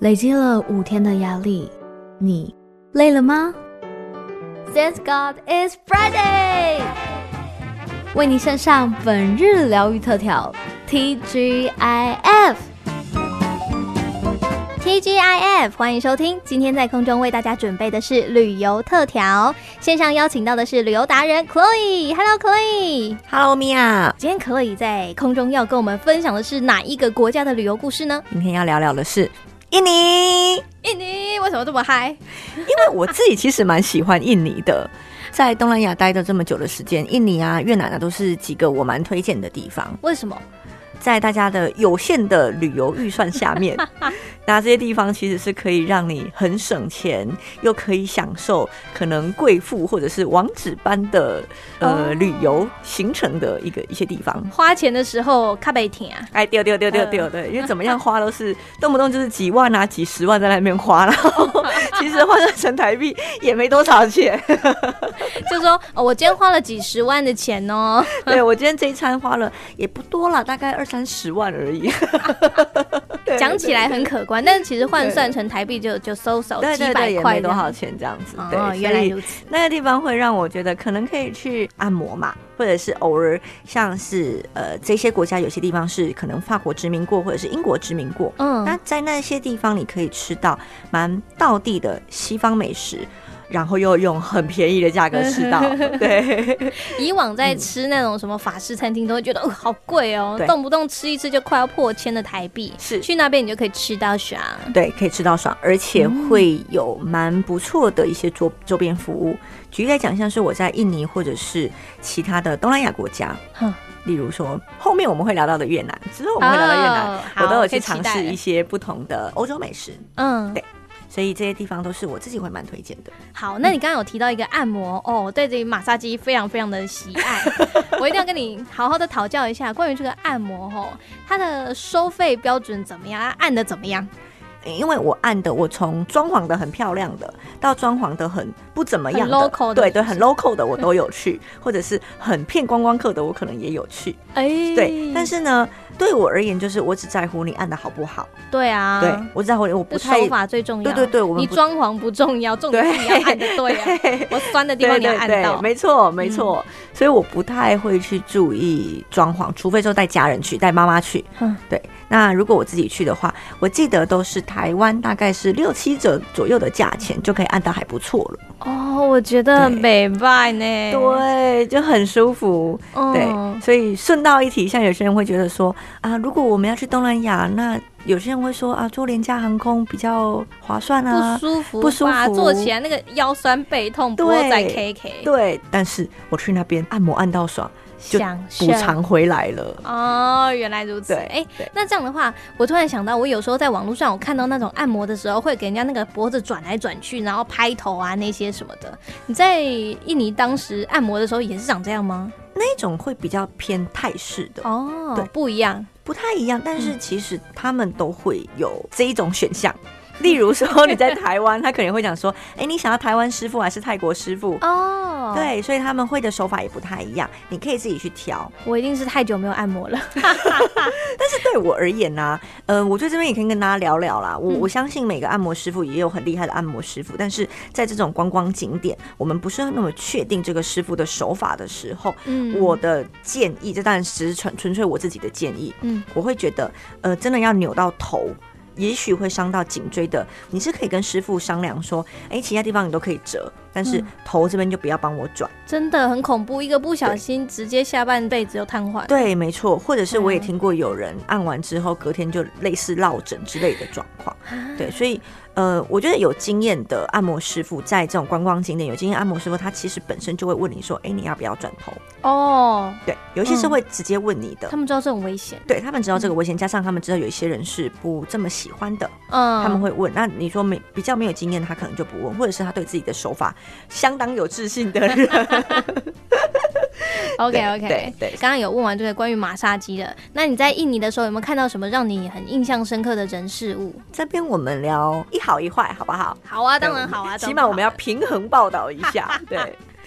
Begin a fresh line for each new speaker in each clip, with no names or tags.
累积了五天的压力，你累了吗
？Thank God it's Friday！
为你献上本日疗愈特调 TGIF。
TGIF，欢迎收听。今天在空中为大家准备的是旅游特调，线上邀请到的是旅游达人 Chloe。Hello，Chloe。
Hello Mia，
今天 Chloe 在空中要跟我们分享的是哪一个国家的旅游故事呢？
今天要聊聊的是印尼，
印尼为什么这么嗨？
因为我自己其实蛮喜欢印尼的。 在东南亚待的这么久的时间，印尼啊、越南啊都是几个我蛮推荐的地方。
为什么？
在大家的有限的旅游预算下面，那这些地方其实是可以让你很省钱，又可以享受可能贵妇或者是王子般的呃、
哦
旅游行程的一个一些地方。
花钱的时候卡贝停啊，
哎，丢丢丢丢丢对，因为怎么样花都是动不动就是几万啊、几十万在那边花，然后 其实换算成台币也没多少钱。
就说、哦、我今天花了几十万的钱哦。
对我今天这一餐花了也不多了，大概二三十万而已。 对
讲起来很可观，但是其实换算成台币就就收手
对
几
对对，
百
也
块
没
这
多
样
少钱这样子。对，
哦，
所
原来
以
如此。
那个地方会让我觉得可能可以去按摩嘛，或者是偶尔像是呃这些国家有些地方是可能法国殖民过或者是英国殖民过，那
嗯，
在那些地方你可以吃到蛮道地的西方美食。然后又用很便宜的价格 吃到，对
以往在吃那种什么法式餐厅，都会觉得哦好贵哦，
对
动不动吃一次就快要破千的台币。
是
去那边你就可以吃到爽。
对，可以吃到爽，而且会有蛮不错的一些周周边服务。举例来讲，像是我在印尼或者是其他的东南亚国家
哼，
例如说后面我们会聊到的越南，之后我们会聊到越南，
哦
我都有
好可
去
以期
尝
待
试
了
一些不同的欧洲美食，
嗯，
对所以这些地方都是我自己会蛮推荐的。
好，那你刚刚有提到一个按摩哦，我对这马杀鸡非常非常的喜爱，我一定要跟你好好的讨教一下关于这个按摩哦，它的收费标准怎么样？它按的怎么样？
因为我按的，我从装潢的很漂亮的，到装潢的很不怎么样的
很 local 的
对
是
对，
不是
很 local 的我都有去，或者是很骗观光客的，我可能也有去。
哎、
对，但是呢，对我而言，就是我只在乎你按的好不好。
对啊，
对我只在乎我不
这
太
手法最重要。
对对对我们
你
不
装潢不重要，重点是你要按的对啊。
对
我酸的地方你要按到。嗯
没错没错。所以我不太会去注意装潢，除非说带家人去，带妈妈去。
嗯
对。那如果我自己去的话，我记得都是台湾大概是六七折左右的价钱就可以按到还不错了。
哦，我觉得
对
美败呢。
对，就很舒服。
哎嗯
对，所以顺道一提，像有些人会觉得说啊，如果我们要去东南亚，那有些人会说啊，坐廉价航空比较划算啊
不。舒服吧，
不舒服
坐起来那个腰酸背痛，
对
脖在 K K，
对，但是我去那边按摩按到爽，就
想
补
象。
偿回来了。
哦，原来如此。
对
哎
对，
那这样的话，我突然想到，我有时候在网络上我看到那种按摩的时候，会给人家那个脖子转来转去，然后拍头啊那些什么的。你在印尼当时按摩的时候也是长这样吗？
那种会比较偏泰式的，
哦嗯
对，
不一样。
不太一样，但是其实他们都会有这一种 选项。例如说你在台湾，他可能会讲说， 哎、你想要台湾师傅还是泰国师傅？
哦，，
对，所以他们会的手法也不太一样，你可以自己去调。
我一定是太久没有按摩了。
对我而言呢、呃，我觉得这边也可以跟大家聊聊啦。我
嗯
我相信每个按摩师傅也有很厉害的按摩师傅，但是在这种观光景点，我们不是那么确定这个师傅的手法的时候，
嗯
我的建议，这当然只是纯纯粹我自己的建议，
嗯，
我会觉得，呃，真的要扭到头。也许会伤到颈椎的，你是可以跟师傅商量说，哎、其他地方你都可以折，但是
嗯
头这边就不要帮我转。
真的很恐怖，一个不小心直接下半辈子就瘫痪。
对，没错，或者是我也
嗯
听过有人按完之后，隔天就类似落枕之类的状况。对，所以呃，我觉得有经验的按摩师傅，在这种观光景点有经验按摩师傅，他其实本身就会问你说，哎、你要不要转头？
哦，
对，有一些是
嗯
会直接问你的。
他们知道这很危险。
对他们知道这个危险，加上他们知道有一些人是不这么喜欢的，
嗯，
他们会问。那你说没比较没有经验，他可能就不问，或者是他对自己的手法相当有自信的人。
OK
对
OK。
对对
刚刚有问完这个关于马杀鸡的，那你在印尼的时候有没有看到什么让你很印象深刻的人事物？
这边我们聊一好一坏，好不好？
好啊，
对
当然好啊，
起码我们要
当然好啊
平衡报道一下。对，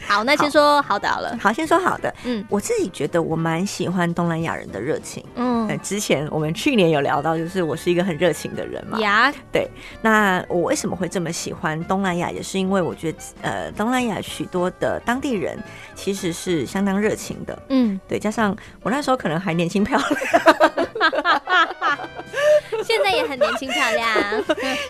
好，那先说好的好了。
好，先说好的，
嗯
我自己觉得我蛮喜欢东南亚人的热情。呃
嗯，
之前我们去年有聊到，就是我是一个很热情的人嘛。
呀，
那我为什么会这么喜欢东南亚，也是因为我觉得，呃，东南亚许多的当地人其实是相当热情的。
嗯，
对，加上我那时候可能还年轻漂亮，
现在也很年轻漂亮。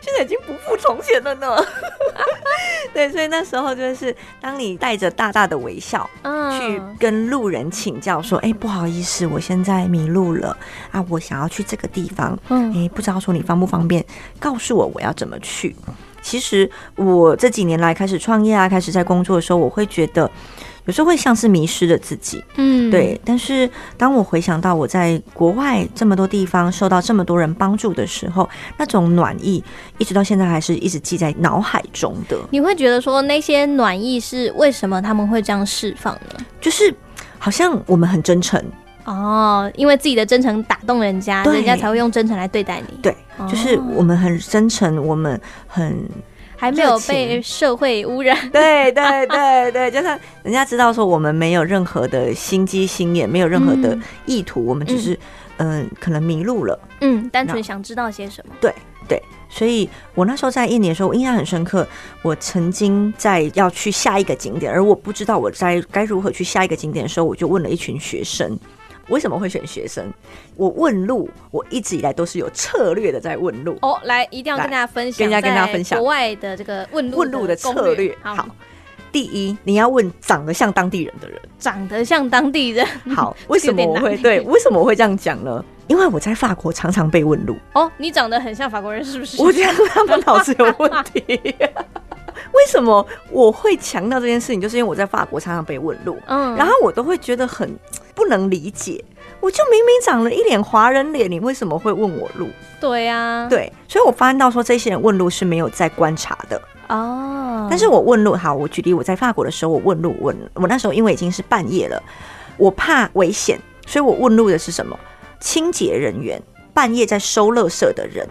现在已经不复从前了呢。 对，所以那时候就是，当你带着大大的微笑去
嗯，
跟路人请教说：“哎、不好意思，我现在迷路了啊，我想要去这个地方，哎、
嗯，
不知道说你方不方便告诉我我要怎么去？”其实我这几年来开始创业啊，开始在工作的时候，我会觉得有时候会像是迷失了自己。
嗯，
对，但是当我回想到我在国外这么多地方受到这么多人帮助的时候，那种暖意，一直到现在还是一直记在脑海中的，
你会觉得说那些暖意是为什么他们会这样释放呢？
就是好像我们很真诚，
哦，因为自己的真诚打动人家，
对
人家才会用真诚来对待你。
对，
哦
就是我们很真诚，我们很
还没有
热情
被社会污染。
对对对对，就像人家知道说我们没有任何的心机心眼，没有任何的
嗯
意图，我们只是嗯、可能迷路了。
嗯，单纯
那
想知道些什么。
所以我那时候在印尼的时候，我印象很深刻。我曾经在要去下一个景点，而我不知道我在该如何去下一个景点的时候，我就问了一群学生。为什么会选学生？我问路，我一直以来都是有策略的在问路。
哦，来，一定要
来
跟大家分享，
跟大家跟大家分享
国外的这个哦问路
问路的
攻
策略，
好
好，，第一，你要问长得像当地人的人。
长得像当地人。
好，为什么我
有
会
点难
对？为什么我会这样讲呢？因为我在法国常常被问路，
哦，你长得很像法国人，是不是？
我觉得他们脑子有问题。 为什么我会强调这件事情？就是因为我在法国常常被问路，
嗯，
然后我都会觉得很不能理解。我就明明长了一脸华人脸，你为什么会问我路？
对啊，，
对，所以我发现到说这些人问路是没有在观察的。
哦，
但是我问路，好，我举例，我在法国的时候，我问路问，我那时候因为已经是半夜了，我怕危险，所以我问路的是什么？清洁人员，半夜在收垃圾的人，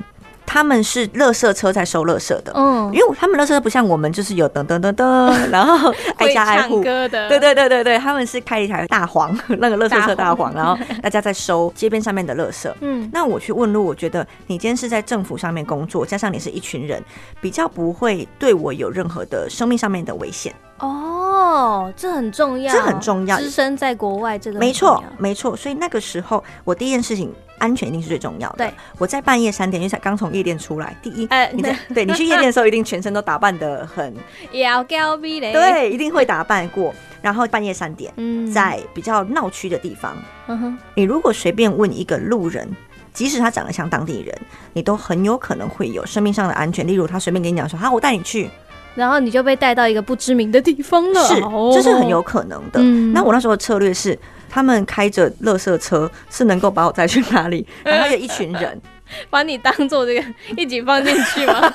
他们是垃圾车在收垃圾的，
嗯
因，为他们垃圾车不像我们，就是有噔噔噔 噔，然后挨
会
家挨
唱
户。
歌的，
对对对对对，他们是开一台大黄，那个垃圾车
大
大
黄
黄，然后大家在收街边上面的垃圾。
嗯，
那我去问路，我觉得你今天是在政府上面工作，加上你是一群人，比较不会对我有任何的生命上面的危险。
哦，这很重要，
这很重要
资深在国外这个
没
很重要
错，没错。所以那个时候，我第一件事情，安全一定是最重要的。
对，
我在半夜三点，因为才刚从夜店出来，第一。
哎，
你在对你去夜店的时候，一定全身都打扮的很
也要高逼嘞，，
对，一定会打扮过。然后半夜三点，
嗯，，
在比较闹区的地方，
嗯哼，
你如果随便问一个路人，即使他长得像当地人，你都很有可能会有生命上的安全。例如，他随便跟你讲说：“好，我带你去。
然后你就被带到一个不知名的地方”了，
是，
哦
这是很有可能的。
嗯
那我那时候的策略是，他们开着垃圾车是能够把我载去 哪里？然后有一群人，
把你当做这个一起放进去吗？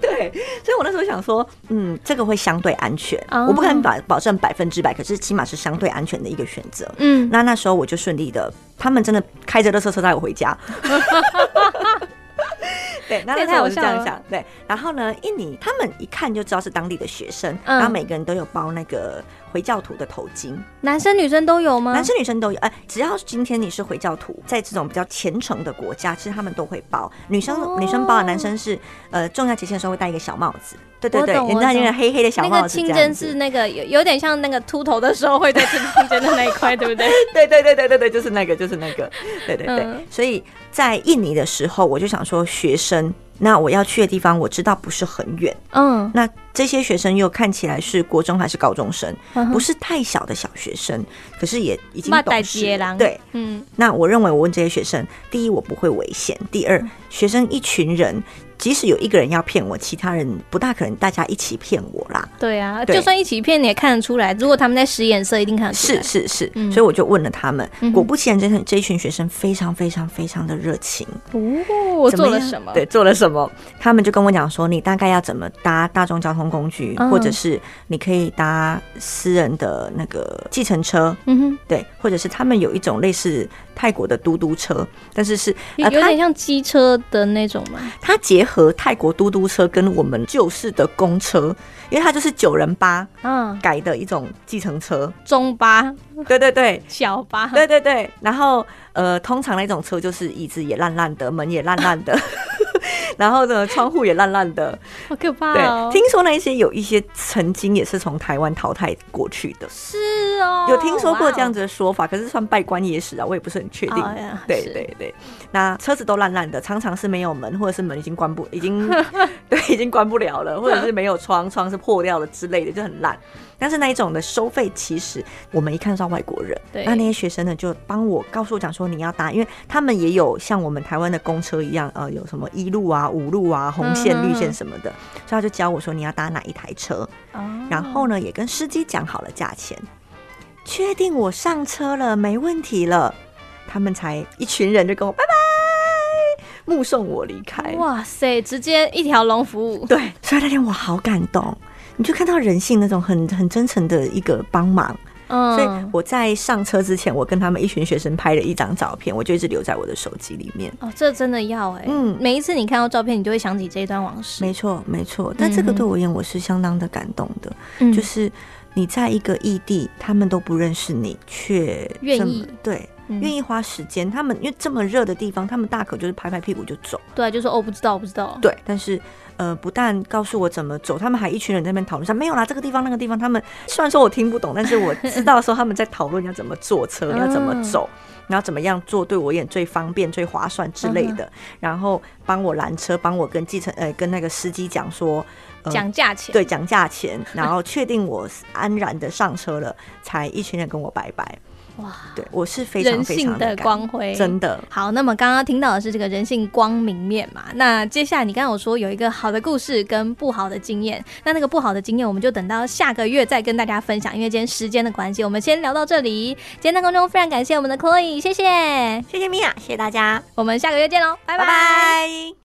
对，所以我那时候想说，嗯，这个会相对安全，
哦
我不敢保保证百分之百，可是起码是相对安全的一个选择。
嗯，
那那时候我就顺利的，他们真的开着垃圾车带我回家。 对，那
这也
那时候我
太好
是
笑
这样
了
想。对，然后呢，印尼他们一看就知道是当地的学生，
嗯
然后每个人都有包那个回教徒的头巾，
男生女生都有吗？
男生女生都有。哎、只要今天你是回教徒，在这种比较虔诚的国家，其实他们都会包。女生、
哦
女生包的，男生是呃重要节庆的时候会戴一个小帽子。对对
我
对，
懂
人
我
家那个
懂
黑黑的小
那
帽
个
子，
清
这样
真
子
是那个有有点像那个秃头的时候会在正中间的那一块，对不 对？
对对对对对对，就是那个，就是那个，对对对。
嗯
所以在印尼的时候，我就想说，学生，那我要去的地方我知道不是很远，
嗯，
那这些学生又看起来是国中还是高中生，不
是，
是太小的小学生，可是也已经
嘛
懂
大
事
街
了。
郎
对，
嗯，
那我认为我问这些学生，第一我不会危险，第
嗯
二学生一群人。即使有一个人要骗我，其他人不大可能大家一起骗我啦。
对啊，
对
就算一起骗你也看得出来，如果他们在使眼色，一定看得出
是
来。
是是，
嗯
所以我就问了他们，
嗯哼
果不其然，这这一群学生非常非常非常的热情，
哦，我
怎
做了
样
什么？
对，做了什么？他们就跟我讲说，你大概要怎么搭大众交通空工具，
嗯
或者是你可以搭私人的那个计程车，
嗯
对，或者是他们有一种类似泰国的嘟嘟车，但是是
哼，有
呃
有
它
点像机车的那种嘛。
它结合泰国嘟嘟车跟我们旧式的公车，因为它就是九人八
嗯，
改的一种计程车，
中巴、
对对对，
小巴，
对对对，然后呃，通常那种车就是椅子也烂烂的，门也烂烂的，然后呢，窗户也烂烂的。
好可怕
对，
哦。
听说那些有一些曾经也是从台湾淘汰过去的，
是哦，
有听说过这样
子。
子的说法，可是算拜官野史啊，我也不是很确定。
哦呀
对
是
对对，那车子都烂烂的，常常是没有门，或者是门已经关不，已经对已经关不了了，或者是没有窗，窗是破掉了之类的，就很烂。但是那一种的收费，其实我们一看上外国人，
对
那那些学生呢就帮我告诉我讲说你要搭，因为他们也有像我们台湾的公车一样，呃，有什么一路啊、五路啊、红
嗯
线、
嗯
绿
嗯
线什么的，所以他就教我说你要搭哪一台车，
哦
然后呢，也跟司机讲好了价钱，确定我上车了，没问题了，他们才一群人就跟我拜拜，目送我离开。
哇塞，直接一条龙服务。
对，所以那天我好感动，你就看到人性那种很很真诚的一个帮忙。
嗯，
所以我在上车之前，我跟他们一群学生拍了一张照片，我就一直留在我的手机里面。
哦，这真的要哎、
嗯
每一次你看到照片，你就会想起这一段往事。
没错，没错。但这个
嗯
对我而言，我是相当的感动的。
嗯
就是你在一个异地，他们都不认识你，却
愿
这么
意
对，
嗯
愿意花时间。他们因为这么热的地方，他们大可就是拍拍屁股就走。
对，就说哦，不知道，不知道。
对，但是呃，不但告诉我怎么走，他们还一群人在那边讨论说没有啦，这个地方那个地方。他们虽然说我听不懂，但是我知道说他们在讨论要怎么坐车，
嗯
要怎么走。然后怎么样做对我而言最方便、最划算之类
嗯
的，然后帮我拦车，帮我跟计程呃跟那个司机讲说，呃
讲价钱，
对，讲价 钱，然后确定我安然的上车了，才一群人跟我拜拜。
哇，
对我是非常
人
非
性
常
的
感
光辉，
真的
好，那么刚刚听到的是这个人性光明面嘛？那接下来你刚刚有说有一个好的故事跟不好的经验，那那个不好的经验我们就等到下个月再跟大家分享，因为今天时间的关系，我们先聊到这里。今天在空中非常感谢我们的 Chloe，谢谢，
谢谢米娅，谢谢大家，
我们下个月见喽，拜
拜
拜
拜